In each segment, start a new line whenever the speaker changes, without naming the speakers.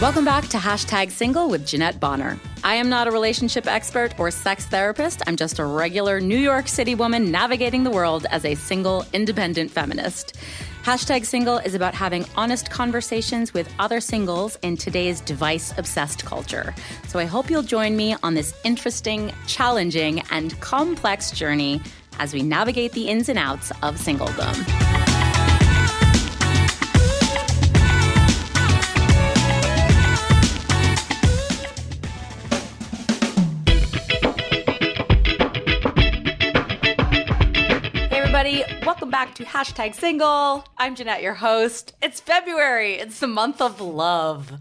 Welcome back to Hashtag Single with Jeanette Bonner. I am not a relationship expert or sex therapist. I'm just a regular New York City woman navigating the world as a single, independent feminist. Hashtag Single is about having honest conversations with other singles in today's device obsessed culture. So I hope you'll join me on this interesting, challenging, and complex journey as we navigate the ins and outs of singledom. everybody. Welcome back to Hashtag Single. I'm Jeanette, your host. It's February. It's the month of love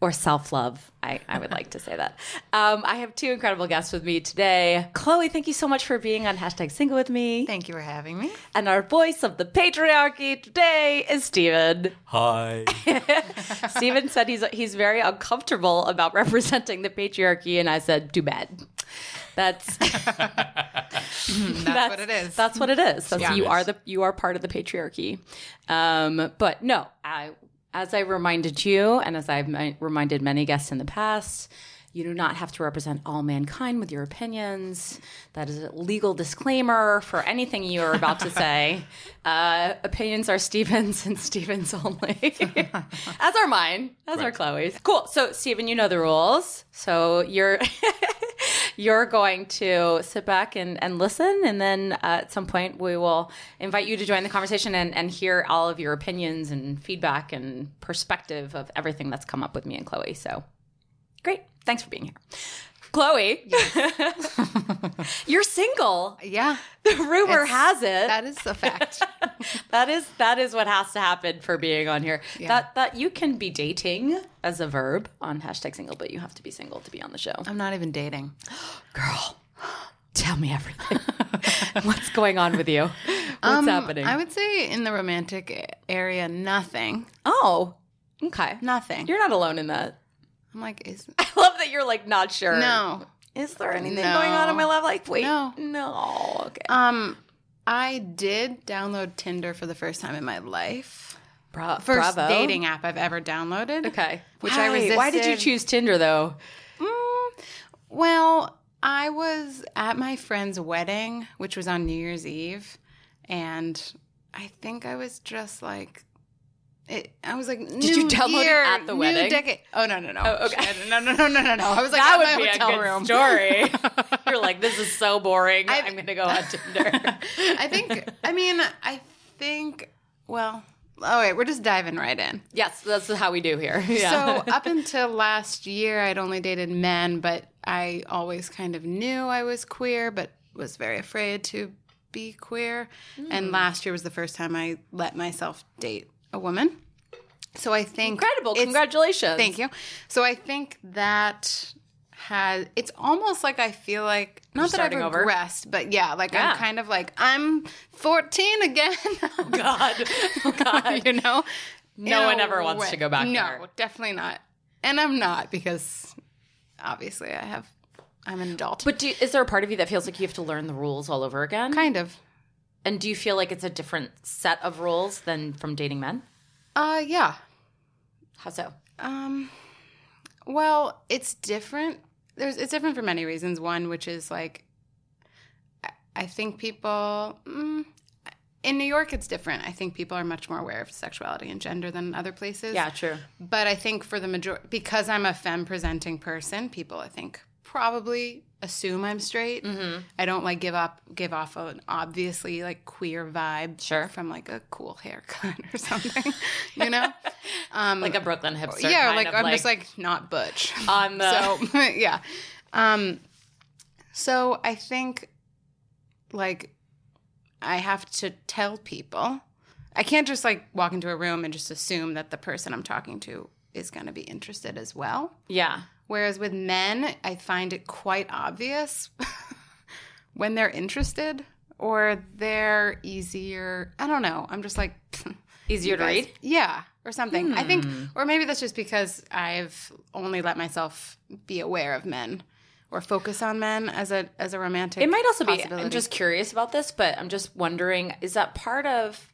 or self love. I, I would like to say that. Um, I have two incredible guests with me today. Chloe, thank you so much for being on Hashtag Single with me.
Thank you for having me.
And our voice of the patriarchy today is Steven.
Hi.
Steven said he's, he's very uncomfortable about representing the patriarchy, and I said, too bad. That's
That's, what it is.
That's what it is. That's
Yeah.
you
It
are
is.
the you are part of the patriarchy. Um, but no, I, as I reminded you, and as I've mi- reminded many guests in the past, you do not have to represent all mankind with your opinions. That is a legal disclaimer for anything you are about to say. Uh, opinions are Stevens and Stevens only, as are mine, as are Chloe's. Cool. So, Steven, you know the rules. So you're. you're going to sit back and, and listen. And then uh, at some point, we will invite you to join the conversation and, and hear all of your opinions and feedback and perspective of everything that's come up with me and Chloe. So great. Thanks for being here. Chloe, you're single.
yeah,
The rumor
It's-
has it
that is a fact.
that is that is what has to happen for being on here. That that you can be dating as a verb on hashtag single, but you have to be single to be on the show.
I'm not even dating.
Girl, tell me everything. What's going on with you? What's
Um,
happening?
I would say in the romantic area, nothing.
oh, okay.
Nothing.
You're not alone in that.
I'm like, is
I love that you're like not sure.
no.
Is there anything
No.
going on in my life? Like, wait.
No.
No. Okay.
Um, I did download Tinder for the first time in my life.
Bra-
First
bravo.
dating app I've ever downloaded.
Okay.
Which I resisted.
Why did you choose Tinder though?
Mm, well, I was at my friend's wedding, which was on New Year's Eve, and I think I was just like, it, I was like,
Did you
"New
download it
year,
at the
new
wedding?"
decade." Oh no, no, no,
Oh, okay.
Shit. no, no, no, no, no, no. I was like,
that
at
would
my
be a
hotel
good
room.
story. You're like, this is so boring. I,
I-
am going to go on Tinder.
I think. I mean, I think. Well, all right, we're just diving right in.
yes, that's how we do here.
So up until last year, I'd only dated men, but I always kind of knew I was queer, but was very afraid to be queer.
Hmm.
And last year was the first time I let myself date a woman. So I think
incredible.
it's-
Congratulations.
Thank you. So I think that has it's almost like I feel like not that I've
starting over.
regressed, but yeah, like
Yeah.
I'm kind of like I'm 14 again.
God. Oh, God.
you know,
No
In
one
a
ever wants
way.
to go back
No,
there.
definitely not. And I'm not because obviously I have. I'm an adult,
But do, is there a part of you that feels like you have to learn the rules all over again?
kind of.
And do you feel like it's a different set of rules than from dating men?
Uh, yeah.
How so?
Um, well, it's different. There's it's different for many reasons. One, which is like, I, I think people mm, in New York, it's different. I think people are much more aware of sexuality and gender than other places.
Yeah, true.
But I think for the majority, because I'm a femme presenting person, people I think probably assume I'm straight.
Mm-hmm.
I don't like give up, give off an obviously like queer vibe,
Sure.
from like a cool haircut or something, you know? Um,
Like a Brooklyn hipster.
yeah,
kind
like
of
I'm just like not butch.
on the.
so yeah, um, so I think like I have to tell people. I can't just like walk into a room and just assume that the person I'm talking to is going to be interested as well.
yeah.
Whereas with men, I find it quite obvious when they're interested or they're easier. I don't know. I'm just like,
Easier to
guys-
read? Hmm.
Yeah, or something. I think, or maybe that's just because I've only let myself be aware of men or focus on men as a as a romantic.
It might also be. I'm
possibility.
just curious about this, but I'm just wondering: is that part of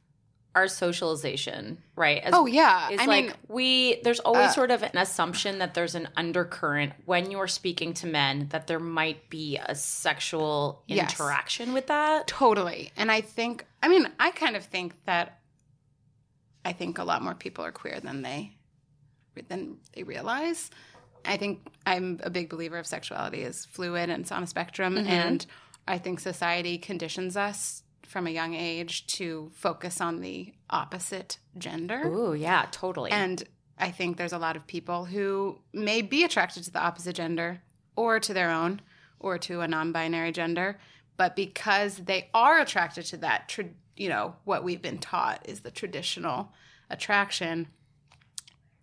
our socialization, right? As
Oh yeah.
is
I
like
mean,
we there's always
uh,
sort of an assumption that there's an undercurrent when you're speaking to men that there might be a sexual
Yes.
interaction with that.
totally. And I think I mean, I kind of think that I think a lot more people are queer than they than they realize. I think I'm a big believer of sexuality is fluid and it's on a spectrum
Mhm.
and I think society conditions us from a young age to focus on the opposite gender.
Ooh, yeah, totally.
And I think there's a lot of people who may be attracted to the opposite gender or to their own or to a non binary gender, but because they are attracted to that, tra- you know, what we've been taught is the traditional attraction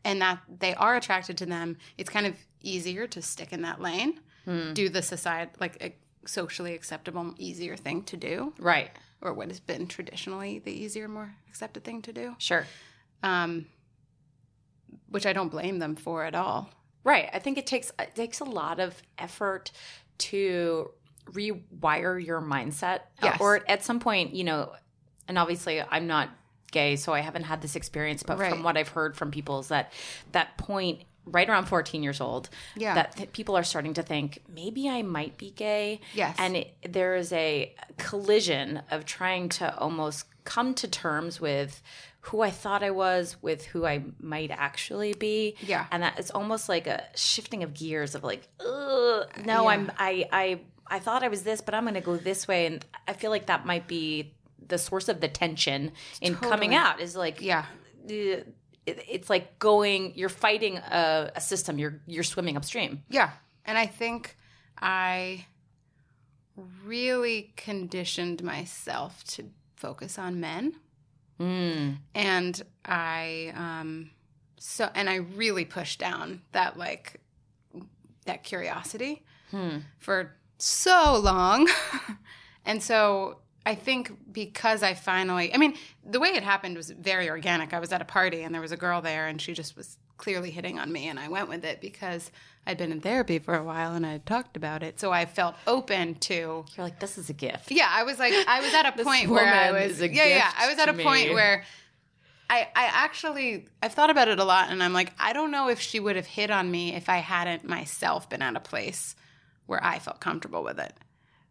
and that they are attracted to them, it's kind of easier to stick in that lane,
Hmm.
do the society, like a socially acceptable, easier thing to do,
right.
or what has been traditionally the easier, more accepted thing to do
Sure.
um, which I don't blame them for at all.
Right. I think it takes it takes a lot of effort to rewire your mindset. uh,
Yes.
Or at some point, you know, and obviously I'm not gay, so I haven't had this experience, but
Right.
from what I've heard from people is that that point right around 14 years old
Yeah.
that th- people are starting to think maybe I might be gay.
Yes.
And it, there is a collision of trying to almost come to terms with who I thought I was with who I might actually be.
Yeah.
And that it's almost like a shifting of gears of like, Ugh, no, I'm I I I thought I was this, but I'm going to go this way and I feel like that might be the source of the tension in coming
Totally.
out is like
Yeah,
uh, it- it's like going you're fighting a, a system you're you're swimming upstream
yeah. And I think I really conditioned myself to focus on men,
mm.
and I um, so and I really pushed down that like that curiosity
hmm.
for so long, and so. I think because I finally, I mean, the way it happened was very organic. I was at a party and there was a girl there and she just was clearly hitting on me and I went with it because I'd been in therapy for a while and I had talked about it. So I felt open to
you're like this is a gift
yeah, I was like, I was at a
This
point where I
woman
was,
is a
yeah, yeah.
gift
I was at
to
a point
me.
where I, I actually, I've thought about it a lot, and I'm like, I don't know if she would have hit on me if I hadn't myself been at a place where I felt comfortable with it.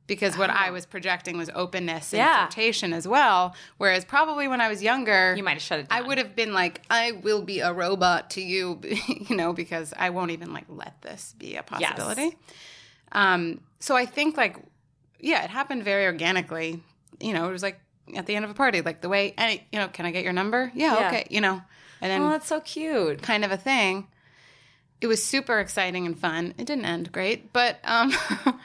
Because what I was projecting was openness and
Yeah.
flirtation as well. Whereas probably when I was younger,
you might have shut it
I
down
would have been like, I will be a robot to you, you know, because I won't even like let this be a possibility. Um, so I think like, yeah, it happened very organically. You know, it was like at the end of a party, like the way, I, you know, can I get your number? Yeah,
Yeah.
okay, you know, and then
oh that's so cute
kind of a thing. It was super exciting and fun. It didn't end great, but um,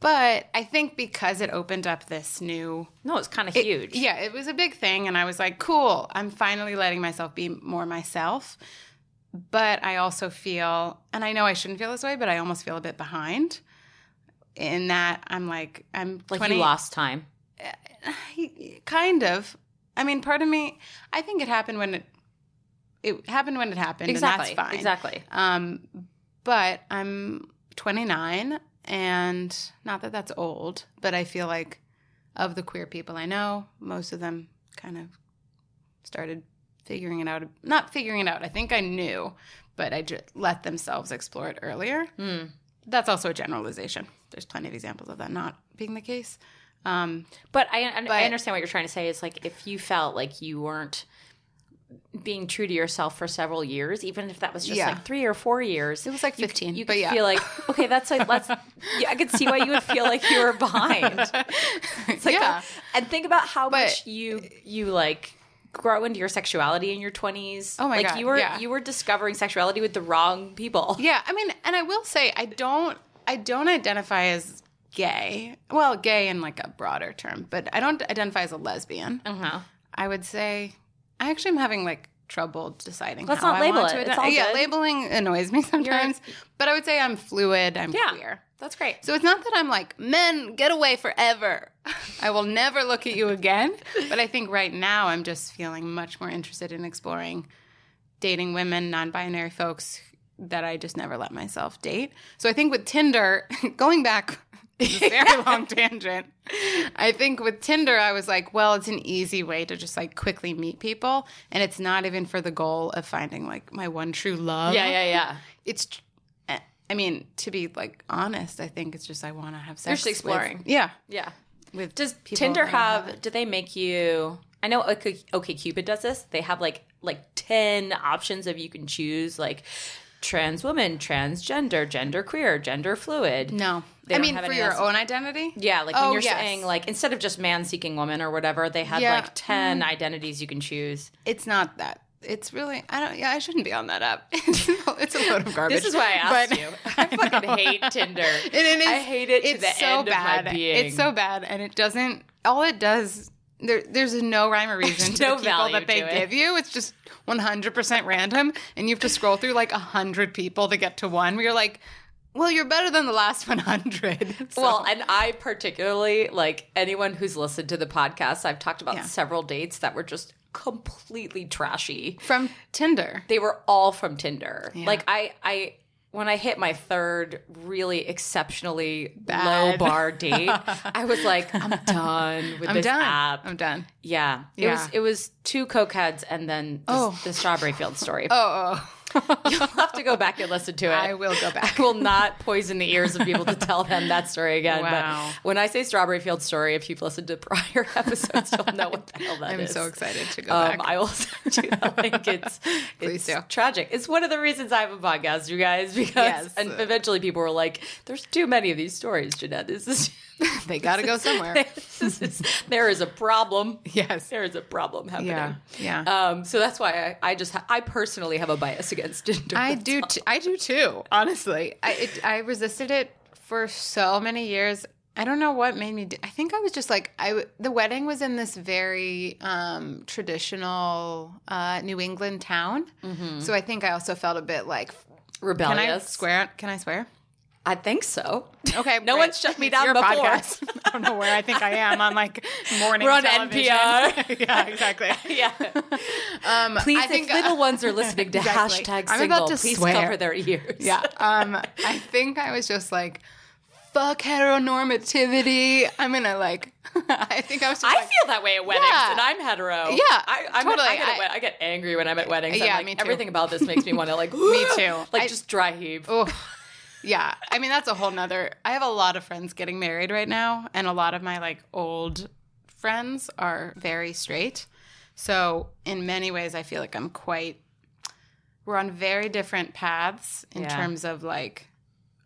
but I think because it opened up this new
no it's kind of
it-
huge
Yeah, it was a big thing. And I was like, cool, I'm finally letting myself be more myself. But I also feel, and I know I shouldn't feel this way, but I almost feel a bit behind in that I'm like, I'm
like
20,
you lost time
kind of. I mean, part of me, I think it happened when it, it happened when it happened.
exactly
And that's fine.
exactly
Um, but I'm 29, and not that that's old, but I feel like of the queer people I know, most of them kind of started figuring it out. Not figuring it out. I think I knew, but I just let themselves explore it earlier.
Hmm.
That's also a generalization. There's plenty of examples of that not being the case. Um,
But I, I,
But-
I understand what you're trying to say. Is like if you felt like you weren't being true to yourself for several years, even if that was just
Yeah.
like three or four years,
it was like
you-
15,
You
but
could
yeah.
feel like okay, that's like let's. Yeah, I could see why you would feel like you were behind. It's like
Yeah.
a- and think about how
But-
much you you like grow into your sexuality in your 20s.
Oh my
like
God,
you were
yeah.
you were discovering sexuality with the wrong people.
Yeah, I mean, and I will say I don't I don't identify as gay. Well, gay in like a broader term, but I don't identify as a lesbian.
Uh-huh.
I would say I actually am having like trouble deciding.
Let's
how
not
I
label
want to
it. It's
ident-
all
yeah,
good.
labeling annoys me sometimes. But I would say I'm fluid. I'm
Yeah.
queer.
That's great.
So it's not that I'm like men get away forever. I will never look at you again. But I think right now I'm just feeling much more interested in exploring dating women, non-binary folks that I just never let myself date. So I think with Tinder, going back very long tangent. I think with Tinder, I was like, well, it's an easy way to just like quickly meet people. And it's not even for the goal of finding like my one true love.
yeah, yeah, yeah.
It's, tr- eh, I mean, to be like honest, I think it's just I want to have sex.
just exploring.
With, yeah.
Yeah.
With
Does
people
Tinder
that I
have, do they make you I know okay, okay Cupid does this. They have like like 10 options of you can choose like trans woman, transgender, gender queer, gender fluid.
No.
They
I
don't
mean,
have
for
any
your
lessons.
own identity?
Yeah, like
Oh,
when you're
yes.
saying like instead of just man seeking woman or whatever, they had
Yeah. Mm-hmm.
like 10 identities you can choose.
It's not that. It's really, I don't, yeah, I shouldn't be on that app. it's a load of garbage.
This is why I asked
But-
you. I fucking
know.
hate Tinder.
And it is,
I hate it to
it's
the
so
end of my
bad.
being.
It's so bad, and it doesn't. All it does, there, there's no rhyme or reason to
no
the people
value
that they
to it.
give you. It's just 100 percent random, and you have to scroll through like hundred people to get to one. Where you're like, well, you're better than the last 100. So-
Well, and I particularly like anyone who's listened to the podcast, I've talked about
Yeah.
several dates that were just completely trashy.
from Tinder.
They were all from Tinder. Like I I when I hit my third really exceptionally low
Bad.
bar date, I was like, I'm done with
I'm
this
done.
app.
I'm done.
yeah. It
Yeah.
was it was two cokeheads and then the,
Oh.
the strawberry field story.
Oh, oh.
You'll have to go back and listen to it.
I will go back.
I will not poison the ears of people to tell them that story again.
Wow.
But when I say Strawberry Field Story, if you've listened to prior episodes, you'll know what the hell that
I'm
is.
so excited to go
Um,
back.
I will send you the link. It's, it's
Please do.
tragic. It's one of the reasons I have a podcast, you guys, because
Yes.
and eventually people were like, "There's too many of these stories, Jeanette. This is
they gotta go somewhere.
this is there is a problem.
yes.
There is a problem happening."
Yeah. Yeah.
Um, so that's why I, I just ha- I personally have a bias against Tinder.
I do. T- I do too. Honestly, I it, I resisted it for so many years. I don't know what made me. Do- I think I was just like I. w- The wedding was in this very um, traditional uh, New England town, so I think I also felt a bit like. Can
rebellious.
I swear? Can I swear?
I think so.
Okay,
No
great.
one's shut me
It's
down
your
before.
podcast. I don't know where I think I am on like morning.
We're on
television.
NPR.
yeah, exactly.
Yeah.
Um,
Please,
I think
if little ones are listening to
Exactly.
hashtag
I'm
single,
about to
please
swear.
cover their ears.
Yeah. Um, I think I was just like, fuck heteronormativity. I'm gonna like. I think I was. Just
I
like,
feel that way at weddings,
Yeah.
and I'm hetero.
Yeah,
I, I'm,
totally.
I get, at
I-
wed- I get angry when I'm at weddings. I'm
Yeah,
like,
me too.
Everything about this makes me want to like,
too.
like
I-
just dry heave.
Oh, yeah. I mean, that's a whole nother. I have a lot of friends getting married right now, and a lot of my like old friends are very straight. So, in many ways, I feel like I'm quite. We're on very different paths in
Yeah.
terms of like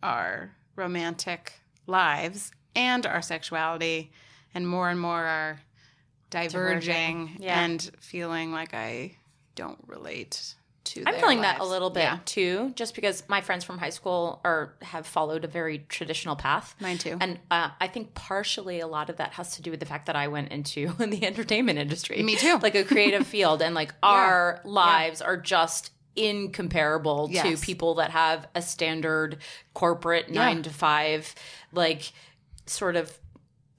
our romantic lives and our sexuality, and more and more are diverging,
Yeah.
and feeling like I don't relate to.
I'm
their
feeling that a
lives.
little bit
Yeah,
too, just because my friends from high school are have followed a very traditional path.
mine too.
And uh, I think partially a lot of that has to do with the fact that I went into the entertainment industry.
Me too.
Like a creative field, and like our lives are just incomparable
Yes.
to people that have a standard corporate nine to five, like sort of,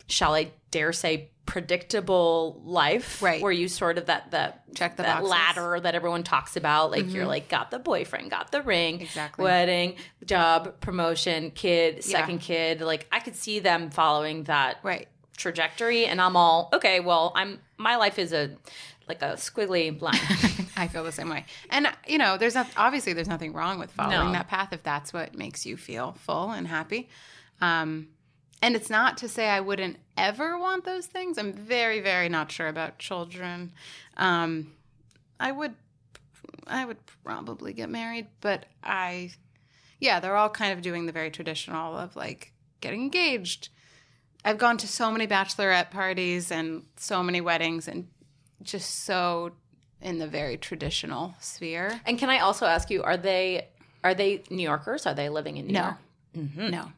shall I dare say, predictable life
Right.
where you sort of that that
Check the
that
boxes.
ladder that everyone talks about like you're like got the boyfriend got the ring
Mm-hmm. Exactly.
wedding job promotion kid second kid like i could see them following that
right.
trajectory and i'm all okay well i'm my life is a like a squiggly line
I feel the same way. And you know, there's not obviously there's nothing wrong with
No.
following that path if that's what makes you feel full and happy. Um and it's not to say I wouldn't ever want those things. I'm very very not sure about children. Um I would I would probably get married, but I yeah, they're all kind of doing the very traditional of like getting engaged. I've gone to so many bachelorette parties and so many weddings and just so in the very traditional sphere.
and can i also ask you are they are they new yorkers are they living in new
No.
york
No.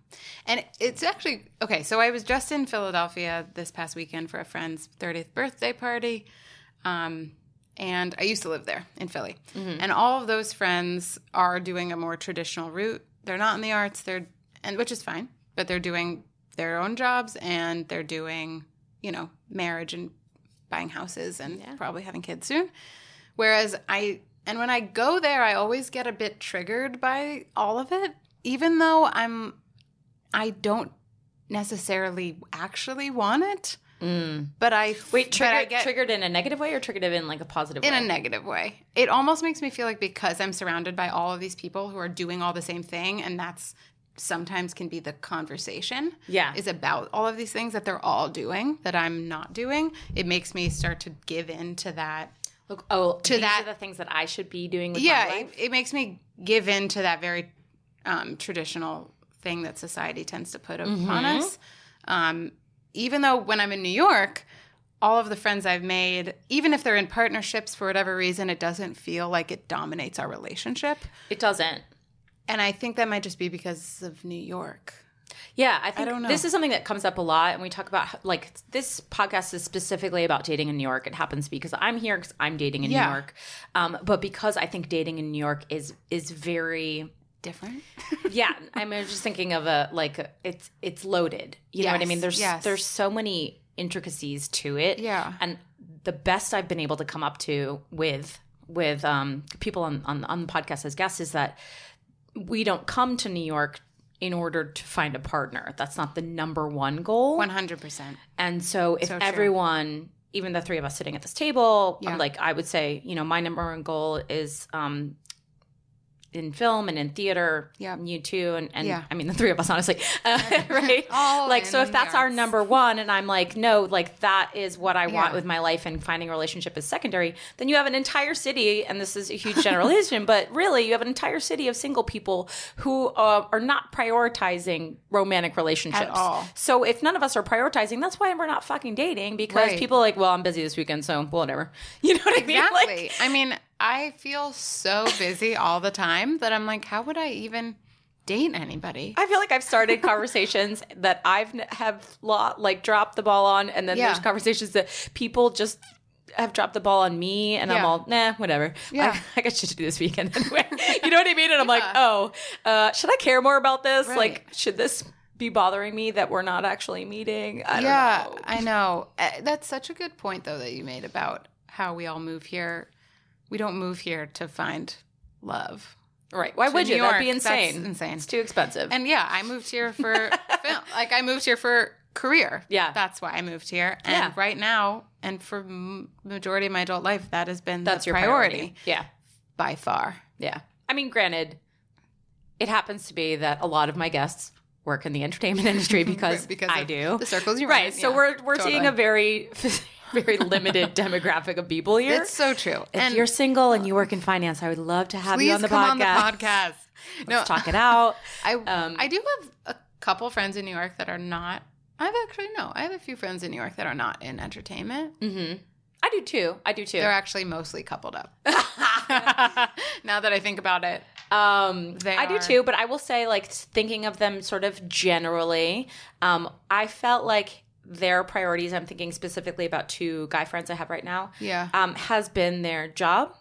And it's actually okay. So I was just in Philadelphia this past weekend for a friend's 30th birthday party. Um, and I used to live there in Philly.
Mm-hmm.
And all of those friends are doing a more traditional route. They're not in the arts, they're, and which is fine, but they're doing their own jobs and they're doing, you know, marriage and buying houses and probably having kids soon. Whereas I, and when I go there, I always get a bit triggered by all of it, even though I'm, I don't necessarily actually want it,
Mm.
but I
Wait,
but I
trigger,
get
triggered in a negative way or triggered in like a positive
in
way?
a negative way. It almost makes me feel like because I'm surrounded by all of these people who are doing all the same thing, and that's sometimes can be the conversation
yeah.
is about all of these things that they're all doing that I'm not doing. It makes me start to give in to that.
Look, oh, to these
that-
are the things that I should be doing with
yeah,
my
it,
life.
it makes me give in to that very um, traditional thing that society tends to put upon us. Um, even though when I'm in New York, all of the friends I've made, even if they're in partnerships for whatever reason, it doesn't feel like it dominates our relationship.
It doesn't.
And I think that might just be because of New York.
Yeah, I think
don't know.
this is something that comes up a lot, and we talk about how- like this podcast is specifically about dating in New York. It happens because I'm here because I'm dating in
Yeah.
New York, um, but because I think dating in New York is is very
Different?
yeah. I mean, I was just thinking of a like it's it's loaded. You know what I
Yes,
mean? There's
yes.
there's so many intricacies to it.
Yeah.
and the best I've been able to come up to with with um, people on, on on the podcast as guests is that we don't come to New York in order to find a partner. That's not the number one goal.
100%.
And so if
true.
everyone, even the three of us sitting at this table,
Yeah.
like I would say, you know, my number one goal is um in film and in theater,
Yeah.
you too, and, and
Yeah.
I mean the three of us, honestly, uh, right?
All
like so,
in
if that's
the
our
arts.
number one, and I'm like, no, like that is what I want
Yeah.
with my life, and finding a relationship is secondary. Then you have an entire city, and this is a huge generalization, but really, you have an entire city of single people who uh, are not prioritizing romantic relationships
all.
so if none of us are prioritizing, that's why we're not fucking dating because
Right.
people are like, well, I'm busy this weekend, so whatever. You know what I mean? Like,
Exactly. I mean, I feel so busy all the time that I'm like, how would I even date anybody?
I feel like I've started conversations that I've n- have lo- like dropped the ball on, and then
Yeah.
there's conversations that people just have dropped the ball on me, and I'm
Yeah.
all nah, whatever.
Yeah.
I, I got shit to do this weekend anyway. you know what I mean? And I'm like, oh, uh, should I care more about this?
Right.
Like, should this be bothering me that we're not actually meeting? I don't
yeah,
know.
I know. Uh, That's such a good point, though, that you made about how we all move here. We don't move here to find love.
Right? Why
To
would
New
you? That'd be
York, that's
insane.
insane.
It's too expensive.
And yeah, I moved here for film. Like, I moved here for career.
Yeah.
That's why I moved here. And
Yeah.
right now, and for m- majority of my adult life, that has been
that's
the
your priority. Yeah.
by far.
Yeah. I mean, granted, it happens to be that a lot of my guests work in the entertainment industry because, I
of
do.
the circles you run
right.
in.
So
Yeah,
we're we're seeing a
totally.
very very limited demographic of people here.
It's so true.
if you're single and you work in finance, I would love to have
please
you on the
come
podcast.
on the podcast. No,
Let's talk it out.
I
um,
I do have a couple friends in New York that are not. I've actually no. I have a few friends in New York that are not in entertainment.
Mm-hmm. I do too. I do too.
They're actually mostly coupled up. now that I think about it,
Um,
They
I do
are-
too, but I will say, like thinking of them sort of generally, um, I felt like their priorities. I'm thinking specifically about two guy friends I have right now.
yeah,
Um, has been their job,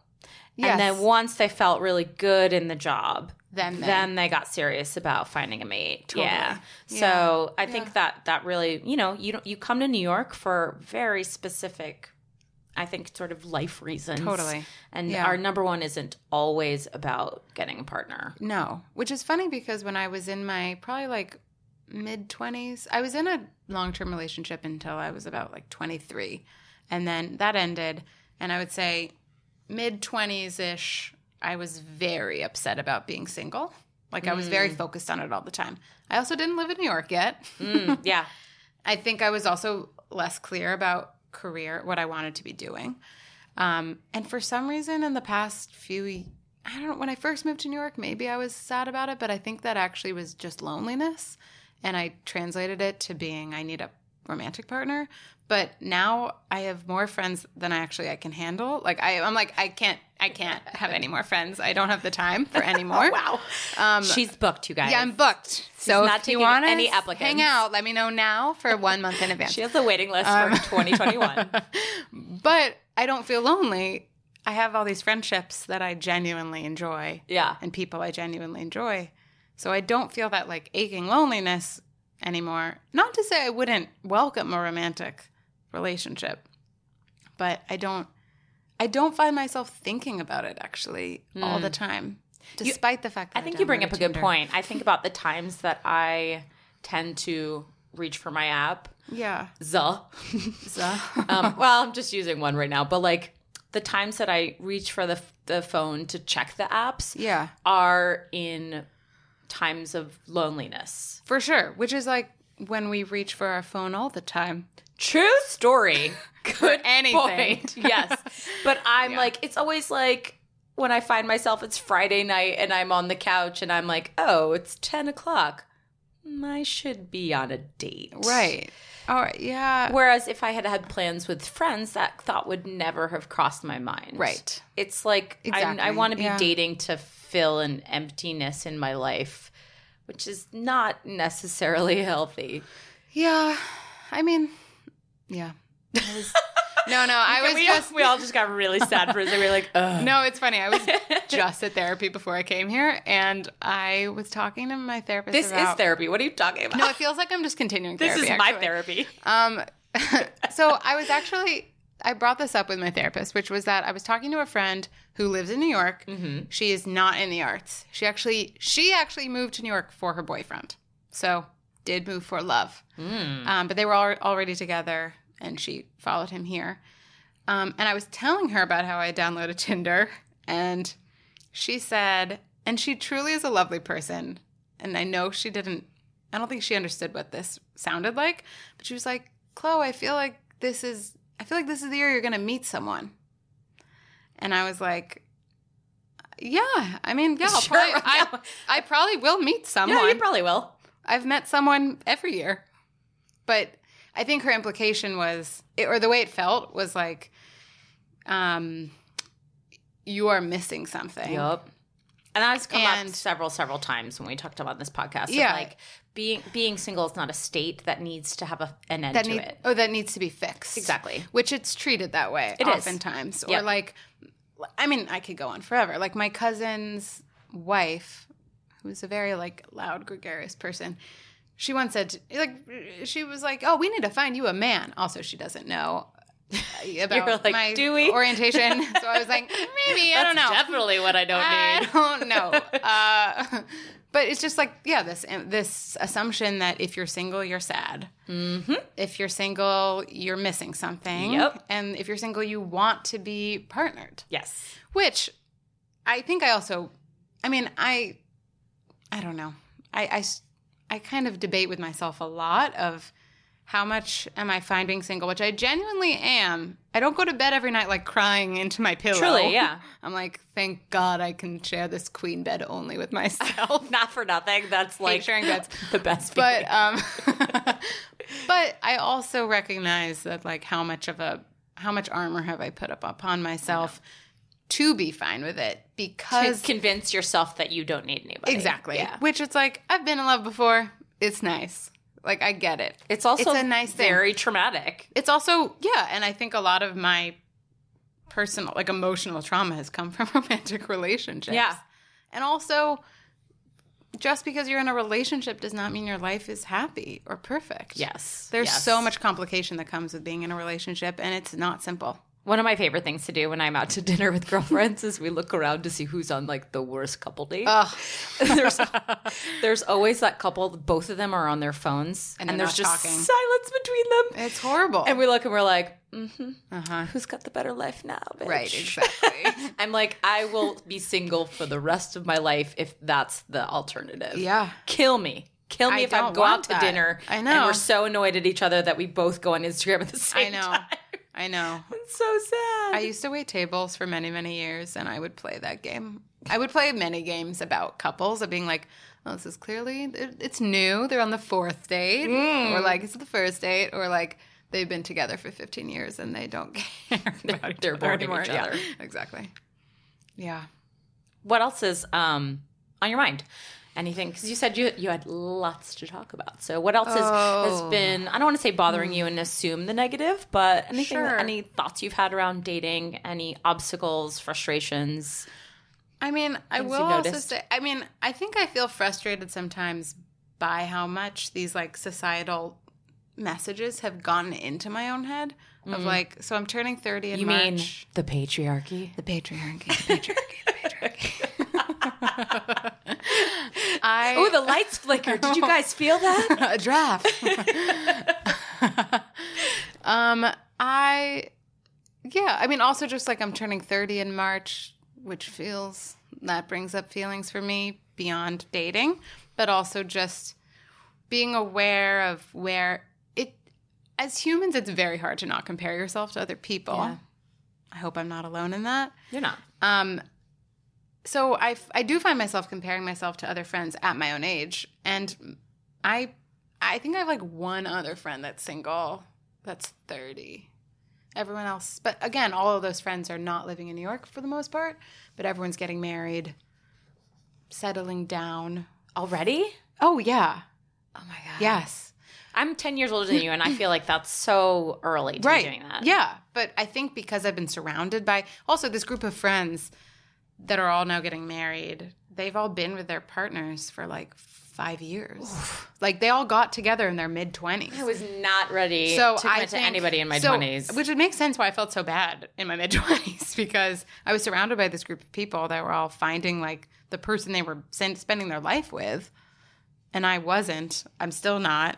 yes.
and then once they felt really good in the job,
Then they.
then they got serious about finding a mate.
Totally.
Yeah.
Yeah.
So I
Yeah.
think that that really, you know, you don't you come to New York for very specific. I think sort of life reasons.
Totally.
And
Yeah.
our number one isn't always about getting a partner.
No, which is funny because when I was in my probably like mid 20s, I was in a long term relationship until I was about like 23. And then that ended. And I would say mid 20s ish, I was very upset about being single. Like I was very focused on it all the time. I also didn't live in New York yet.
Mm, yeah.
I think I was also less clear about career, what I wanted to be doing. Um, and for some reason, in the past few, I don't know, when I first moved to New York, maybe I was sad about it, but I think that actually was just loneliness. And I translated it to being I need a romantic partner. But now I have more friends than I actually I can handle. Like I, I'm like I can't I can't have any more friends. I don't have the time for any more.
Wow.
Um,
She's booked, you guys.
yeah, I'm booked. So
not
if you
taking
want
any
any applicants,
applicants.
hang out. Let me know now for one month in advance.
she has a waiting list
Um,
for 2021.
but I don't feel lonely. I have all these friendships that I genuinely enjoy
Yeah.
and people I genuinely enjoy. So I don't feel that like aching loneliness anymore. Not to say I wouldn't welcome a romantic relationship, but I don't I don't find myself thinking about it actually all the time. Despite the fact that
Hmm. I think you bring
downloaded
up a good
Tinder.
point. I think about the times that I tend to reach for my app.
Yeah.
Zuh.
So-
um, well, I'm just using one right now, but like the times that I reach for the the phone to check the apps
yeah.
are in times of loneliness.
For sure. Which is like when we reach for our phone all the time.
True story. Good
anything.
point. yes, but I'm
Yeah.
like it's always like when I find myself it's Friday night and I'm on the couch and I'm like, oh, it's ten o'clock. Mm, I should be on a date,
Right. All right. Yeah.
Whereas if I had had plans with friends, that thought would never have crossed my mind.
Right.
It's like I'm- I
Exactly,
want to be
yeah.
dating to fill an emptiness in my life, which is not necessarily healthy.
Yeah. I mean, yeah. I was- no, no. I was
we,
just.
we all just got really sad for a second. We were like, Ugh.
No, it's funny. I was just at therapy before I came here, and I was talking to my therapist.
this is
about-
therapy. What are you talking about?
No, it feels like I'm just continuing.
this
therapy,
is my
actually.
therapy.
Um, so I was actually I brought this up with my therapist, which was that I was talking to a friend who lives in New York.
Mm-hmm.
She is not in the arts. She actually she actually moved to New York for her boyfriend. So did move for love.
Mm.
Um, but they were al- already together, and she followed him here. Um, and I was telling her about how I downloaded Tinder, and she said, and she truly is a lovely person. And I know she didn't, I don't think she understood what this sounded like, but she was like, Chloe, I feel like this is, I feel like this is the year you're going to meet someone. And I was like, yeah, I mean, yeah, I'll
Sure,
probably-
yeah.
I, I probably will meet someone.
Yeah, you probably will.
I've met someone every year. But I think her implication was, it, or the way it felt was like, um, you are missing something.
Yep. And that's come up
And-
several, several times when we talked about this podcast. of,
Yeah.
like being being single is not a state that needs to have a, an end
that
to
need-
it.
Oh, that needs to be fixed.
Exactly.
Which it's treated that way
It is.
oftentimes.
Yep.
Or like I mean, I could go on forever. Like my cousin's wife, who's a very like loud, gregarious person, she once said to- like she was like, Oh, we need to find you a man. Also, she doesn't know about
were like,
my
"Do we?"
orientation. So I was like, maybe, I don't know.
That's definitely what I don't need.
I don't know. Uh, but it's just like yeah, this um, this assumption that if you're single, you're sad. Mm-hmm. If you're single, you're missing something.
Yep.
And if you're single, you want to be partnered.
Yes.
Which I think I also, I mean, I, I don't know. I, I s- I kind of debate with myself a lot of how much am I fine being single, which I genuinely am. I don't go to bed every night like crying into my pillow.
Truly, yeah.
I'm like, thank God I can share this queen bed only with myself.
Not for nothing. That's like
sharing beds.
the best.
but
feeling.
um, but I also recognize that like how much of a how much armor have I put up upon myself to be fine with it
to
because
convince yourself that you don't need anybody.
exactly
Yeah.
which it's like I've been in love before. It's nice. Like I get it.
It's also
It's a nice thing.
very traumatic.
It's also yeah, and I think a lot of my personal like emotional trauma has come from romantic relationships.
Yeah.
And also just because you're in a relationship does not mean your life is happy or perfect.
Yes.
There's
Yes.
so much complication that comes with being in a relationship, and it's not simple.
One of my favorite things to do when I'm out to dinner with girlfriends is we look around to see who's on like the worst couple date.
Oh.
there's there's always that couple. Both of them are on their phones, and,
And they're
there's
not
just
talking.
silence between them.
It's horrible.
And we look and we're like, mm-hmm,
uh-huh.
who's got the better life now? Bitch?
Right, exactly.
I'm like, I will be single for the rest of my life if that's the alternative.
Yeah.
Kill me. Kill me
I
if I
don't
go out
want
to
that.
dinner.
I
And
know.
we're so annoyed at each other that we both go on Instagram at the
I
same
know.
time.
I know.
It's so sad.
I used to wait tables for many, many years, and I would play that game. I would play many games about couples of being like, "Oh, this is clearly it's new. They're on the fourth date,
Mm.
or like it's the first date, or like they've been together for 15 years and they don't care. About each
They're
other
bored of
anymore."
each
Yeah,
other.
exactly. Yeah.
what else is um, on your mind? Anything? Because you said you you had lots to talk about. So what else is, has
Oh. Hmm.
been? I don't want to say bothering you and assume the negative, but anything,
Sure.
any thoughts you've had around dating, any obstacles, frustrations?
I mean, I
Things
will
you've
also
noticed?
say, I mean, I think I feel frustrated sometimes by how much these like societal messages have gotten into my own head of like, so I'm turning 30 in
Mm. You
March.
mean the patriarchy?
the patriarchy, the patriarchy, the patriarchy. I
Oh, the lights flickered. Did you guys feel that?
a draft. um, I, yeah, I mean, also just like I'm turning 30 in March, which feels that brings up feelings for me beyond dating, but also just being aware of where it, as humans, it's very hard to not compare yourself to other people.
Yeah.
I hope I'm not alone in that.
You're not.
Um, so I, f- I do find myself comparing myself to other friends at my own age, and I I think I have like one other friend that's single that's thirty. Everyone else, but again, all of those friends are not living in New York for the most part, but everyone's getting married, settling down.
Already?
Oh yeah,
Oh my god.
yes,
I'm 10 years older than you and I feel like that's so early to be
right.
doing that.
Yeah, but I think because I've been surrounded by also this group of friends that are all now getting married, they've all been with their partners for like five years. Like they all got together in their mid twenties.
I was not ready
So
to
I
commit to
think-
anybody in my
so-
20s.
which would make sense why I felt so bad in my mid twenties because I was surrounded by this group of people that were all finding like the person they were sen- spending their life with, and I wasn't. I'm still not,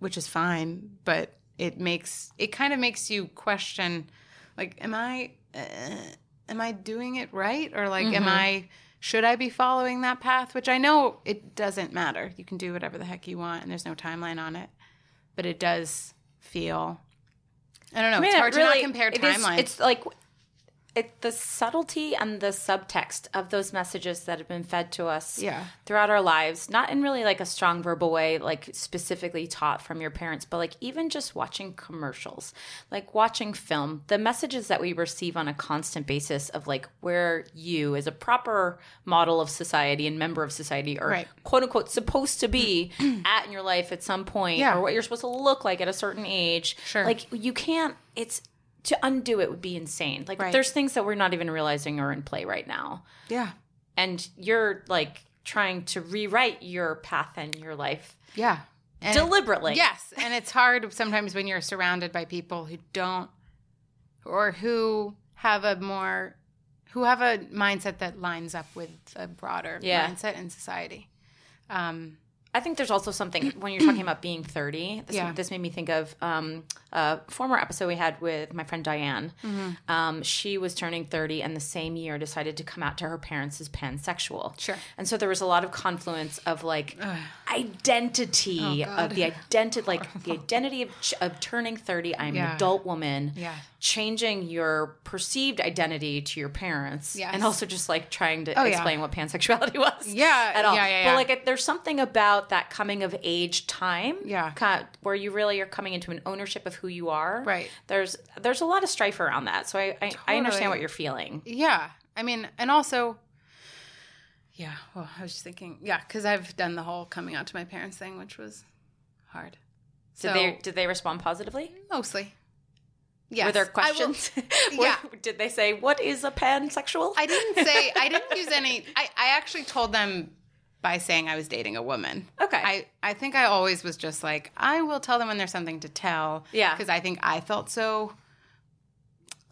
which is fine. But it makes it kind of makes you question, like, am I uh, am I doing it right or like
Mm-hmm.
am I should I be following that path? Which I know it doesn't matter. You can do whatever the heck you want, and there's no timeline on it. But it does feel. I don't know. it's
Yeah,
hard
really,
to not compare
it is-
timelines.
it's like it, the subtlety and the subtext of those messages that have been fed to us
Yeah.
throughout our lives, not in really like a strong verbal way, like specifically taught from your parents, but like even just watching commercials, like watching film, the messages that we receive on a constant basis of like where you, as a proper model of society and member of society, are
Right.
quote unquote supposed to be at in your life at some point,
Yeah.
or what you're supposed to look like at a certain age.
Sure.
Like you can't it's to undo it would be insane. Like
Right.
there's things that we're not even realizing are in play right now.
yeah.
And you're like trying to rewrite your path and your life
Yeah. And
deliberately.
Yes, and it's hard sometimes when you're surrounded by people who don't or who have a more who have a mindset that lines up with a broader
Yeah.
mindset in society. Um,
I think there's also something when you're talking about being 30. This,
Yeah.
this made me think of um, a former episode we had with my friend Diane.
Mm-hmm.
Um, she was turning 30 and the same year decided to come out to her parents as pansexual.
Sure.
And so there was a lot of confluence of like identity
Oh,
of the identity, like the identity of, ch- of turning 30. I'm an
Yeah.
adult woman.
Yeah.
Changing your perceived identity to your parents.
Yes.
And also just like trying to
Oh, yeah.
explain what pansexuality was
Yeah,
at all.
yeah, yeah,
But
yeah.
like, it, there's something about that coming of age time,
Yeah.
kind where you really are coming into an ownership of who you are.
Right.
There's there's a lot of strife around that, so I I, I understand
Totally.
what you're feeling.
yeah, I mean, and also, yeah. Well, I was just thinking, yeah, because I've done the whole coming out to my parents thing, which was hard.
Did they did they respond positively?
mostly? Yes.
Were there
I will-
questions? Were-
yeah.
did they say what is a pansexual?
I didn't say I didn't use any. I, I actually told them by saying I was dating a woman.
Okay.
I, I think I always was just like I will tell them when there's something to tell.
Yeah.
Because I think I felt so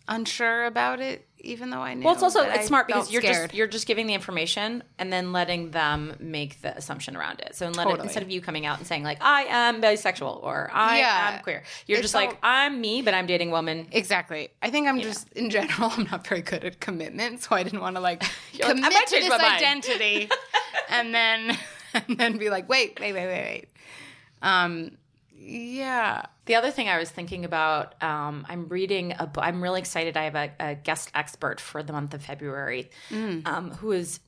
unsure about it, even though I knew.
well, it's also
that I
it's smart because
felt
you're
scared.
just you're just giving the information and then letting them make the assumption around it. So and let it,
Totally.
instead of you coming out and saying like I am bisexual or I
Yeah.
am queer, you're
It's
just
all-
like I'm me, but I'm dating a woman.
Exactly. I think I'm just in general I'm not very good at commitment, so I didn't want to like
like,
commit
I might
to
change
this
my mind.
identity and then and then be like, wait, wait, wait, wait, wait. Um yeah.
The other thing I was thinking about, um, I'm reading a book. I'm really excited. I have a, a guest expert for the month of February
Mm.
um, who is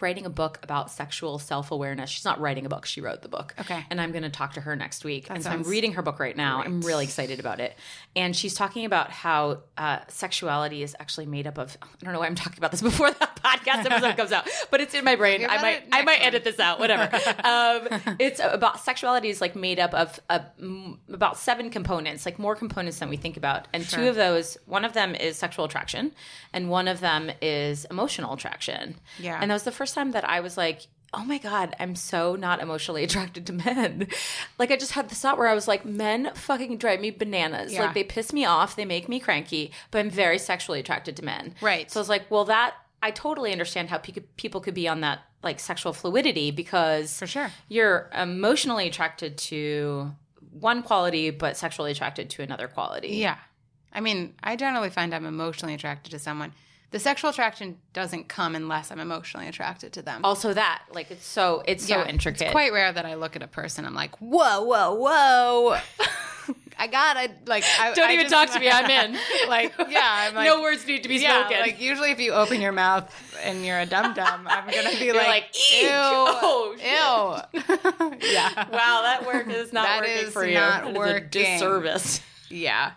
writing a book about sexual self awareness. She's not writing a book, she wrote the book.
Okay.
And I'm going to talk to her next week. and so I'm
sounds
reading her book right now. I'm really excited about it. And she's talking about how uh, sexuality is actually made up of, I don't know why I'm talking about this before the podcast episode comes out, but it's in my brain. I
about
might,
it
I
next
might
one.
edit this out, whatever. um, it's about sexuality is like made up of uh, m- about seven components, like more components than we think about. And two of those, one of them is sexual attraction, and one of them is emotional attraction.
Yeah.
And that was the first time that I was like, oh my God, I'm so not emotionally attracted to men. like, I just had this thought where I was like, men fucking drive me bananas.
Yeah.
Like, they piss me off, they make me cranky, but I'm very sexually attracted to men.
Right.
So I was like, well, that I totally understand how pe- people could be on that like sexual fluidity because
For sure.
you're emotionally attracted to one quality but sexually attracted to another quality.
Yeah. I mean, I generally find I'm emotionally attracted to someone. The sexual attraction doesn't come unless I'm emotionally attracted to them.
Also that like it's so it's
Yeah,
so intricate.
It's quite rare that I look at a person. I'm like, whoa, whoa, whoa. I gotta like. I,
Don't
I
even
just-
talk to me. I'm in.
like, yeah, I'm like,
no words need to be
yeah,
spoken.
like usually if you open your mouth and you're a dum dum, I'm gonna be
You're
like,
like, eek.
ew,
Oh, shit.
ew, yeah,
wow, that work is not
That
working
is
for you.
not
That is
working.
a disservice.
yeah.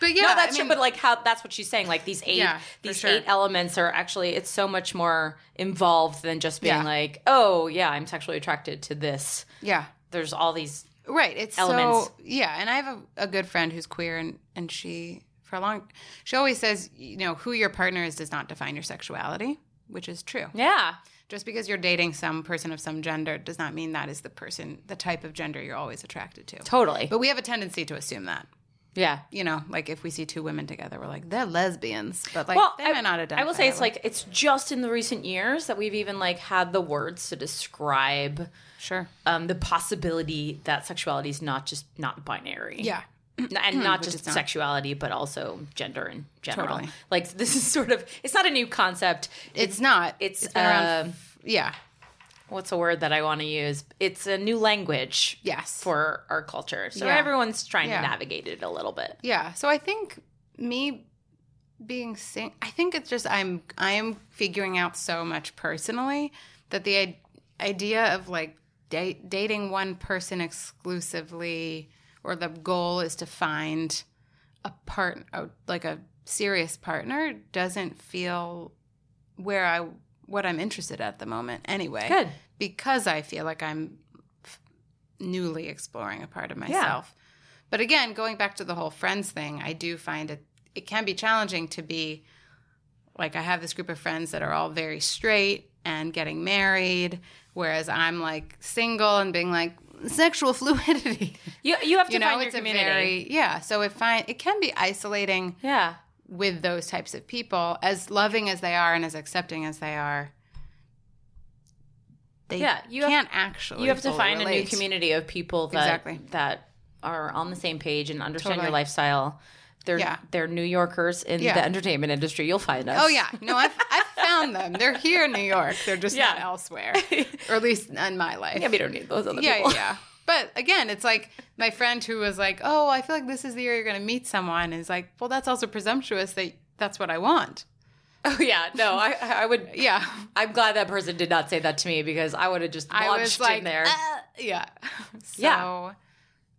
But yeah,
no,
I
that's true.
mean,
But like how that's what she's saying. Like these eight,
Yeah, for
these
sure.
eight elements are actually it's so much more involved than just being
Yeah.
like, oh yeah, I'm sexually attracted to this.
yeah,
There's all these.
Right. It's
elements.
so yeah, and I have a, a good friend who's queer and and she for a long she always says, you know, who your partner is does not define your sexuality, which is true.
Yeah,
Just because you're dating some person of some gender does not mean that is the person the type of gender you're always attracted to.
totally.
But we have a tendency to assume that.
yeah.
You know, like if we see two women together, we're like, they're lesbians. But like
well,
they
I,
might not identify.
I will say
that
it's
way.
like it's just in the recent years that we've even like had the words to describe
Sure.
um, the possibility that sexuality is not just not binary.
Yeah. Mm-hmm.
and not
Which
just
it's not.
sexuality but also gender in general
Totally.
like this is sort of it's not a new concept
It's not.
it's,
been around
um,
f- yeah.
what's a word that i want to use it's a new language
Yes.
for our culture so
Yeah.
everyone's trying
Yeah.
to navigate it a little bit
yeah so i think me being sing i think it's just i'm i'm figuring out so much personally that the I- idea of like da- dating one person exclusively or the goal is to find a part a- like a serious partner doesn't feel where i what i'm interested at the moment anyway
Good.
because i feel like i'm f- newly exploring a part of myself but again, going back to the whole friends thing, I do find it it can be challenging to be like I have this group of friends that are all very straight and getting married, whereas I'm like single and being like sexual fluidity.
you, you have to
You know,
find your
it's a
community
very yeah. So it find it can be isolating
yeah
with those types of people, as loving as they are and as accepting as they are. They
Yeah, you have-
can't actually.
you have to
fully
find a new
relate.
community of people that
oh, Exactly.
that are on the same page and understand your
Totally.
lifestyle they're
Yeah.
they're new yorkers in
Yeah.
the entertainment industry you'll find us
Oh yeah, no, I've, I've found them. They're here in New York. They're just not
Yeah.
elsewhere, or at least in my life.
yeah we don't need those other
yeah,
people
yeah, yeah. But again, it's like my friend who was like, "Oh, I feel like this is the year you're going to meet someone." Is like, "Well, that's also presumptuous. That that's what I want."
Oh yeah, no, I I would.
Yeah,
I'm glad that person did not say that to me because I would have just
I
launched
was like,
in there.
"Uh," yeah, so
Yeah.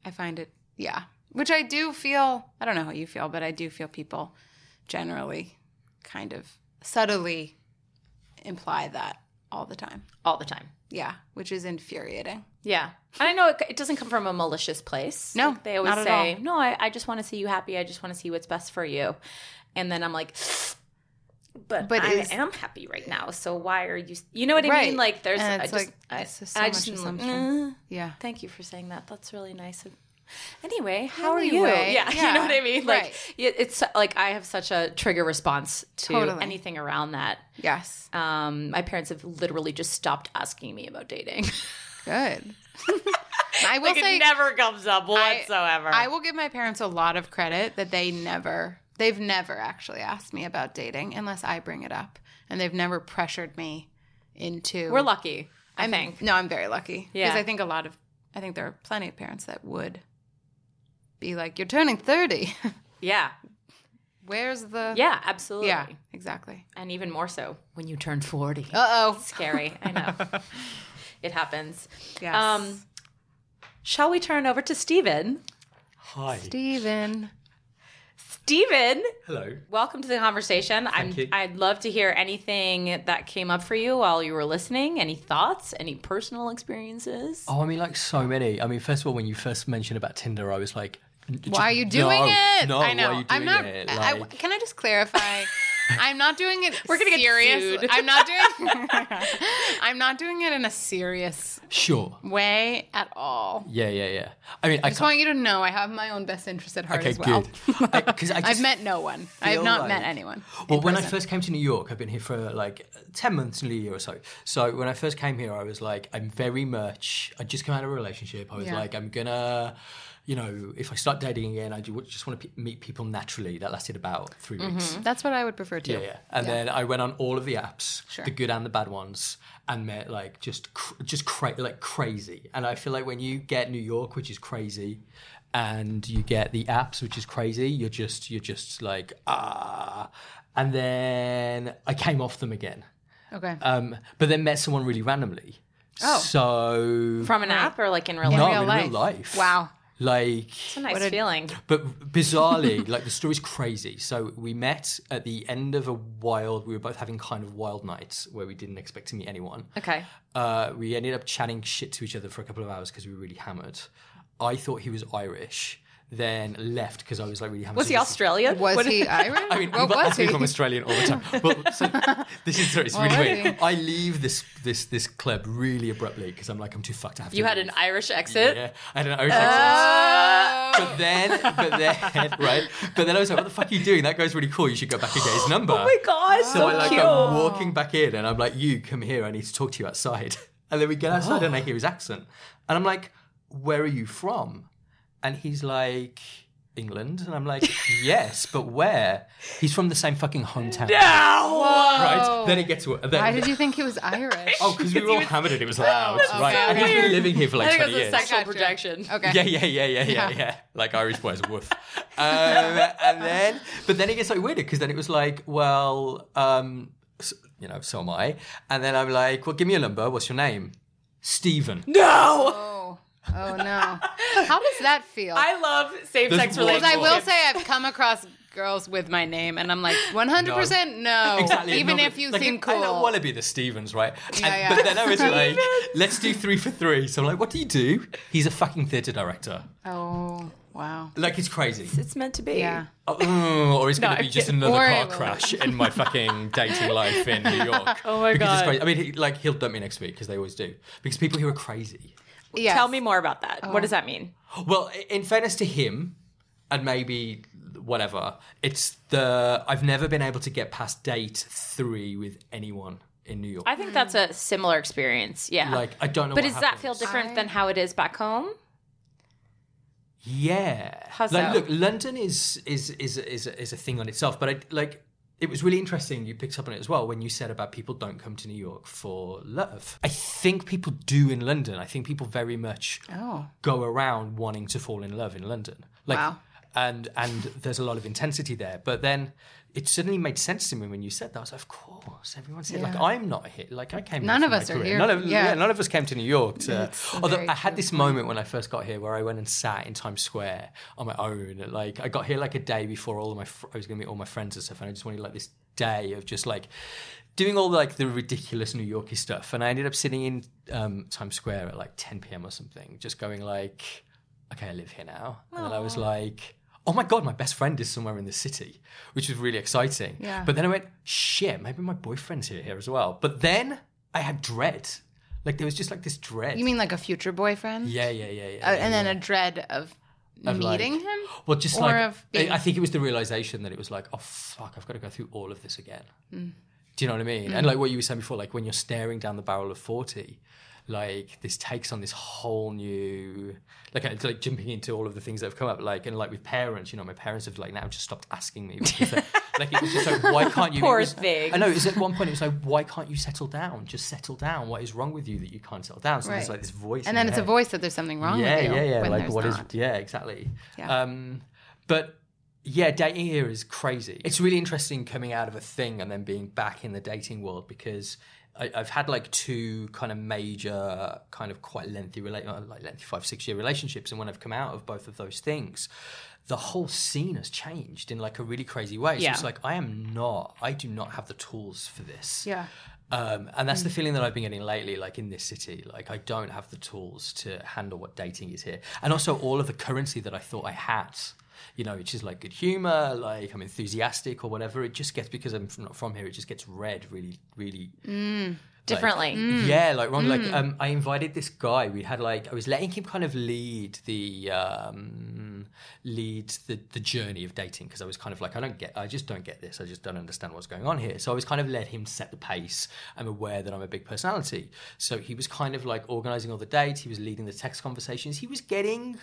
I find it, yeah, which I do feel. I don't know how you feel, but I do feel people generally kind of subtly imply that all the time.
all the time.
Yeah, which is infuriating.
Yeah, and I know it, it doesn't come from a malicious place.
No,
Like, they always
not at
say,
all.
"No, I, I just want to see you happy. I just want to see what's best for you," and then I'm like. But,
But
I
is-
am happy right now, so why are you? You know what I
Right.
mean? Like there's,
And
I
it's
just,
like,
I,
it's just so
I
much
just,
assumption.
mm,
Yeah.
thank you for saying that. That's really nice. of Anyway, how are you?
Anyway,
Yeah, you
yeah,
know what I mean. Like
right.
it- it's like I have such a trigger response to
Totally.
anything around that.
Yes.
um, my parents have literally just stopped asking me about dating.
Good. I will
like
say
it never comes up whatsoever.
I will give my parents a lot of credit that they never they've never actually asked me about dating unless I bring it up. And they've never pressured me into
We're lucky, I
I'm,
think.
No, I'm very lucky.
Yeah.
Because I think a lot of I think there are plenty of parents that would be like, You're turning thirty.
Yeah,
Where's the
yeah, absolutely.
Yeah, exactly.
And even more so when you turn forty.
Uh oh.
Scary, I know. it happens.
Yes.
Um, Shall we turn over to Stephen?
Hi.
Steven.
Stephen,
Hello.
welcome to the conversation. I'm,
you.
I'd love to hear anything that came up for you while you were listening. Any thoughts? Any personal experiences?
Oh, I mean, like so many. I mean, first of all, when you first mentioned about Tinder, I was like,
Why are you doing
no,
it?
No,
I know.
why are you doing
I'm not.
it?
I-
Like-
can I just clarify? I'm not doing it.
We're gonna get
seriously.
sued.
I'm not doing. I'm not doing it in a serious
Sure.
way at all.
Yeah, yeah, yeah. I mean, I
I just
can't.
want you to know I have my own best interest at heart
Okay,
as well.
good. I- 'cause I
I've
just
met no one. I
feel
have not
like-
met anyone.
Well, when I first came to New York, I've been here for like 10 months, nearly a year or so. So when I first came here, I was like, I'm very much, I just come out of a relationship. I was
Yeah.
like, I'm gonna, you know, if I start dating again, I do, just want to pe- meet people naturally. That lasted about three weeks.
That's what I would prefer to.
Yeah, yeah. And then I went on all of the apps,
Sure.
the good and the bad ones, and met like just cr- just cra- like crazy. And I feel like when you get New York, which is crazy, and you get the apps, which is crazy, you're just you're just like ah. And then I came off them again,
Okay.
um, but then met someone really randomly.
Oh.
so
From an app or like in real life?
no,
real
in
life.
real life.
Wow.
Like
It's a nice
What a-
feeling.
but bizarrely, like the story's crazy. So we met at the end of a wild. We were both having kind of wild nights where we didn't expect to meet anyone.
Okay.
Uh, we ended up chatting shit to each other for a couple of hours because we were really hammered. I thought he was Irish, then left because I was like really hammered.
Was
So
he
this-
Australian?
was
What-
he Irish?
I mean,
what
people
was
ask me
he?
if I'm Australian all the time. But so, this is sorry, it's
What
really
was
weird.
he?
I leave this this this club really abruptly because I'm like I'm too fucked to have.
You
to
had an
leave.
Irish exit?
Yeah, I don't know. I was like,
Uh,
but then, but then, right? But then I was like, "What the fuck are you doing? That guy's really cool. You should go back and get his number."
Oh my god,
So,
so,
I like um,
cute.
I'm walking back in, and I'm like, "You come here. I need to talk to you outside." And then we get outside,
Oh.
and I hear his accent, and I'm like, "Where are you from?" And he's like, "England." And I'm like, "Yes, but where?" He's from the same fucking hometown. Right? Then it gets. wo- Then,
Why did you think he was Irish?
Oh, because we were all hammered, and it was loud.
so
right? and he's
weird.
been living here for
I
like
think
20
it was a
years.
sexual
Gotcha.
projection.
okay.
Yeah, yeah, yeah, yeah, yeah,
Yeah.
yeah. Like Irish boys, woof. Um, and then, but then it gets like weirder because then it was like, well, um, s you know, so am I. And then I'm like, well, give me your number. What's your name? Stephen.
No!
Oh, oh no. How does that feel?
I love same sex
There's one-
relationships.
Because I will say I've come across girls with my name, and I'm like, 100% no. Even
No,
if
but,
you
like,
seem
I don't
cool.
want to be the Stevens, right? And,
Yeah, yeah.
But then I was like, let's do three for three. So I'm like, what do you do? He's a fucking theatre director.
oh, wow.
Like, it's crazy.
It's meant to be.
Yeah.
Oh, or it's going to
No,
be just
I'm
another
Or
car
it will.
crash in my fucking dating life in New York.
Oh my
because It's
God.
crazy. I mean, he, like he'll dump me next week because they always do. Because people here are crazy.
Yes.
Tell me more about that.
Oh.
What does that mean?
Well, i- in fairness to him, and maybe whatever, it's the I've never been able to get past date three with anyone in New York.
I think that's a similar experience. Yeah.
like I don't know.
but
what
does that feel
happens.
different
I-
than how it is back home?
Yeah.
How's
like,
that?
look, London is is is is is a thing on itself, but I like it was really interesting you picked up on it as well when you said about people don't come to New York for love. I think people do in London. I think people very much
Oh.
go around wanting to fall in love in London. Like
Wow.
and and there's a lot of intensity there. But then it suddenly made sense to me when you said that. I was like, of course, everyone's here. Like
Yeah.
I'm not here. Like I came.
None
here
of
for my
us are
career.
here.
None of,
Yeah.
yeah, none of us came to New York to.
It's a
Although
very
I had
true
this moment when I first got here where I went and sat in Times Square on my own. And, Like I got here like a day before all of my fr- I was going to meet all my friends and stuff, and I just wanted like this day of just like doing all like the ridiculous New Yorky stuff. And I ended up sitting in um, Times Square at like 10 p.m. or something, just going like, okay, I live here now. And then I was like. Oh my god, my best friend is somewhere in the city, which was really exciting.
Yeah.
But then I went, shit, maybe my boyfriend's here, here as well. But then I had dread. Like there was just like this dread.
You mean like a future boyfriend?
Yeah, yeah, yeah, yeah.
Uh, and then a dread of,
Of, like-
meeting him?
well, just
or
like
of being-
I I think it was the realization that it was like, oh fuck, I've got to go through all of this again.
Mm.
Do you know what I mean? And like what you were saying before, like when you're staring down the barrel of forty, like this takes on this whole new, like it's like jumping into all of the things that have come up, like and like with parents, you know, my parents have like now just stopped asking me. because they- Like it was just like, why can't you? it
Poor
was-
thing.
I know. It was at one point, it was like, why can't you settle down? Just settle down. What is wrong with you that you can't settle down? So there's
Right.
like this voice, in
And then
your
it's a
head
voice that there's something wrong
yeah,
with you.
Yeah, yeah,
when
Like
there's
what is?
not.
Yeah, exactly.
Yeah.
Um, but yeah, dating here is crazy. It's really interesting coming out of a thing and then being back in the dating world because I, I've had like two kind of major, kind of quite lengthy, rela- uh, like lengthy five, six year relationships, and when I've come out of both of those things. The whole scene has changed in like a really crazy way. So
Yeah.
it's like I am not, I do not have the tools for this.
Yeah.
Um, and that's the feeling that I've been getting lately, like in this city. Like, I don't have the tools to handle what dating is here. And also, all of the currency that I thought I had. you know, which is like good humor, like I'm enthusiastic or whatever. It just gets because I'm from, not from here. It just gets read really, really
Differently.
yeah, like wrong. Like um, I invited this guy. We had like I was letting him kind of lead the um, lead the the journey of dating because I was kind of like I don't get I just don't get this. I just don't understand what's going on here. So I was kind of let him set the pace. I'm aware that I'm a big personality. So he was kind of like organizing all the dates. He was leading the text conversations. He was getting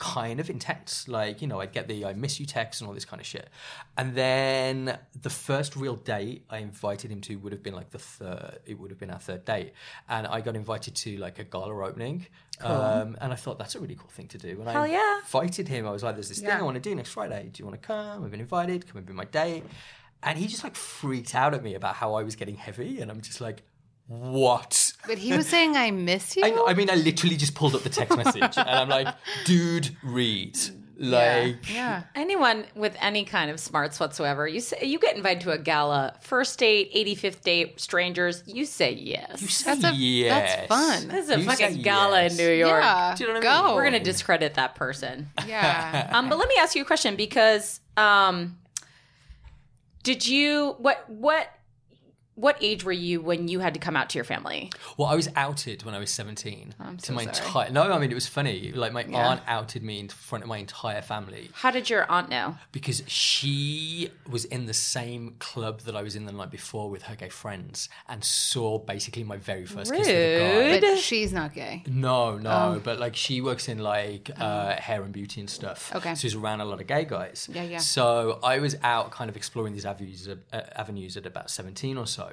kind of intense. Like, you know, I'd get the I miss you text and all this kind of shit. And then the first real date I invited him to would have been like the third, it would have been our third date. And I got invited to like a gala opening. Um, and I thought that's a really cool thing to do. And I
yeah.
invited him. I was like, there's this thing I want to do next Friday. Do you want to come? I've been invited. Come and be my date. And he just like freaked out at me about how I was getting heavy. And I'm just like, what?
But he was saying, I miss you.
I, know- I mean, I literally just pulled up the text message and I'm like, dude, read. Like,
yeah.
Anyone with any kind of smarts whatsoever, you say, you get invited to a gala, first date, 85th date, strangers, you say yes.
you say
That's a-
yes.
that's fun.
this is a
You say
fucking gala
yes.
in New York.
Yeah.
Do you know what I
Go.
mean?
We're going to discredit that person.
Yeah.
Um, but let me ask you a question because um, did you what what what age were you when you had to come out to your family?
Well, I was outed when I was 17 to
Oh, so
my
sorry.
entire. No, I mean, it was funny. Like, my aunt outed me in front of my entire family
How did your aunt know?
because she was in the same club that I was in the night before with her gay friends and saw basically my very first kiss with a guy.
Rude.
But she's not gay.
No, no,
Oh.
but like she works in like uh, hair and beauty and stuff.
Okay.
so she's around a lot of gay guys.
yeah.
So I was out kind of exploring these avenues uh, avenues at about seventeen or so,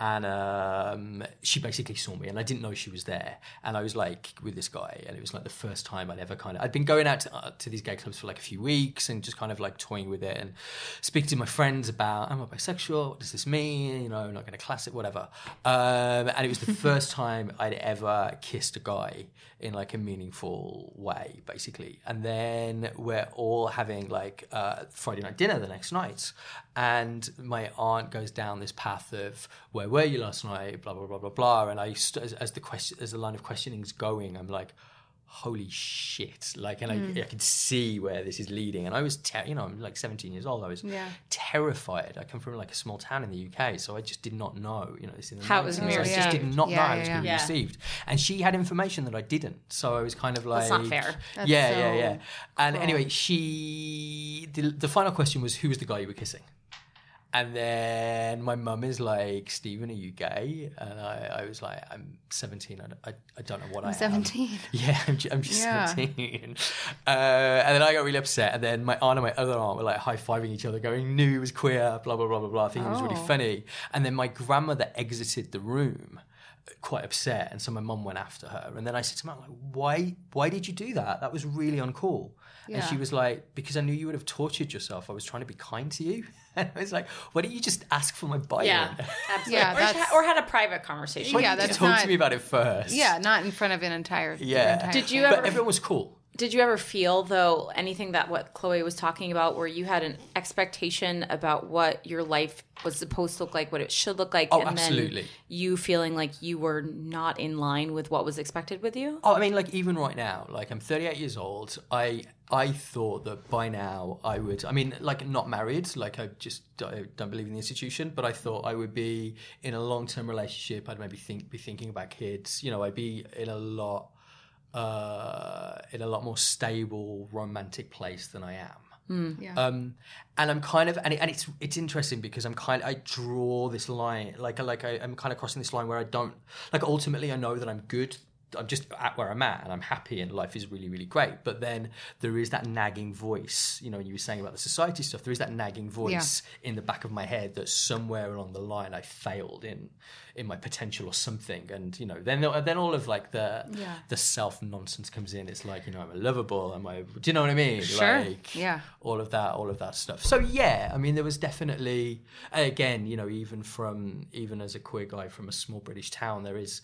and um, she basically saw me, and I didn't know she was there, and I was like with this guy, and it was like the first time I'd ever kind of I'd been going out to, uh, to these gay clubs for like a few weeks and just kind of like toying with it and speaking to my friends about am I bisexual? What does this mean? You know, I'm not going to class it, whatever. Um, and it was the first time I'd ever kissed a guy in like a meaningful way, basically. And then we're all having like uh, Friday night dinner the next night, and my aunt goes down this path of where were you last night? Blah blah blah blah blah. And I, st- as, as the question, as the line of questioning is going, I'm like holy shit like and I, I could see where this is leading and i was ter- you know i'm like 17 years old i was terrified i come from like a small town in the uk so i just did not know you know this in the
How it was
90s. i
received.
just did not know
Yeah,
how it was
yeah,
going to
yeah.
be
Yeah.
received and she had information that i didn't so i was kind of like
not fair.
yeah yeah
so
yeah and anyway she the, the final question was who was the guy you were kissing and then my mum is like, Stephen, are you gay? And I, I was like, I'm 17. I, don't- I, I don't know what I'm
17.
yeah, I'm, ju- I'm just
Yeah.
17. Uh, and then I got really upset. And then my aunt and my other aunt were like high fiving each other, going, knew he was queer, blah, blah, blah, blah, blah. I think it was
Oh.
really funny. And then my grandmother exited the room uh, quite upset. And so my mum went after her. And then I said to my aunt, like, why, why did you do that? That was really uncool. And she was like, because I knew you would have tortured yourself. I was trying to be kind to you. And I was like, why don't you just ask for my buy-in?
absolutely.
Yeah,
or, just
that's-
ha- or had a private conversation.
Why
Yeah,
didn't you
that's
talk
not-
to me about it first.
Yeah, not in front of an entire.
Yeah.
entire
Did you
family.
But
ever-
everyone was cool.
Did you ever feel though anything that what Chloe was talking about, where you had an expectation about what your life was supposed to look like, what it should look like,
Oh,
and
absolutely.
then you feeling like you were not in line with what was expected with you?
Oh, I mean, like even right now, like I'm 38 years old. I I thought that by now I would. I mean, like not married. Like I just don't, don't believe in the institution. But I thought I would be in a long term relationship. I'd maybe think be thinking about kids. You know, I'd be in a lot uh, in a lot more stable romantic place than I am. Um, and I'm kind of and, it, and it's it's interesting because I'm kind I draw this line like like I, I'm kind of crossing this line where I don't like ultimately I know that I'm good. I'm just at where I'm at and I'm happy and life is really really great. But then there is that nagging voice, you know, you were saying about the society stuff. There is that nagging voice in the back of my head that somewhere along the line I failed in in my potential or something. And you know, then then all of like the the self nonsense comes in. It's like you know, am I lovable? Am I? Do you know what I mean?
Sure.
Like,
Yeah.
all of that all of that stuff so yeah i mean there was definitely again you know even from even as a queer guy from a small british town there is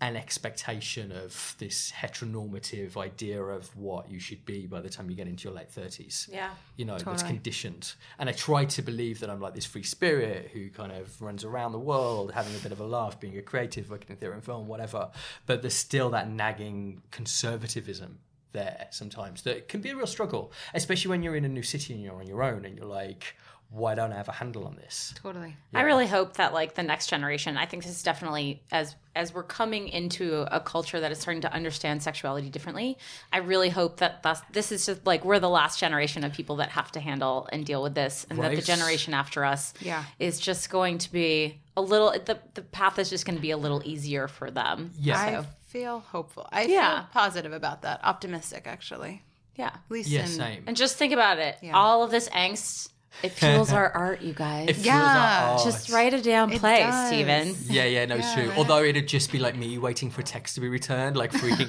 an expectation of this heteronormative idea of what you should be by the time you get into your late 30s
Yeah.
you know that's conditioned and i try to believe that i'm like this free spirit who kind of runs around the world having a bit of a laugh being a creative working in theatre and film whatever but there's still that nagging conservatism there sometimes that can be a real struggle, especially when you're in a new city and you're on your own and you're like, why don't I have a handle on this?
Totally.
I really hope that like the next generation. I think this is definitely as as we're coming into a culture that is starting to understand sexuality differently. I really hope that that's, this is just like we're the last generation of people that have to handle and deal with this, and that the
Right.
generation after us
Yeah.
is just going to be a little the the path is just going to be a little easier for them.
Yeah.
I feel hopeful. I
Yeah.
feel positive about that. Optimistic, actually.
Yeah.
At least
yeah,
in-
same.
And just think about it. All of this angst, it fuels our art, you guys.
It feels
Yeah,
like, oh,
just
it's-
write it down, play,
does.
Steven.
Yeah, yeah, no, it's true. Although it'd just be like me waiting for a text to be returned, like freaking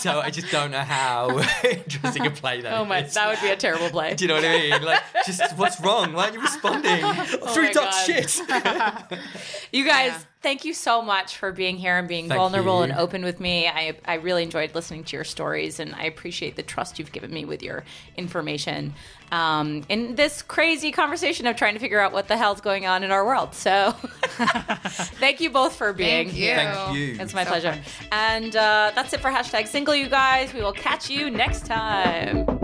so I just don't know how interesting a play that
Oh my,
is.
that would be a terrible play.
Do you know what I mean? Like, just what's wrong? Why aren't you responding? Three
Oh my God.
dots, shit.
You guys, thank you so much for being here and being
Thank
vulnerable
you.
and open with me. I, I really enjoyed listening to your stories and I appreciate the trust you've given me with your information um, in this crazy conversation of trying to figure out what the hell's going on in our world. So thank you both for being
Thank
here.
you.
Thank you.
It's my pleasure. And uh, that's it for hashtag single, you guys. We will catch you next time.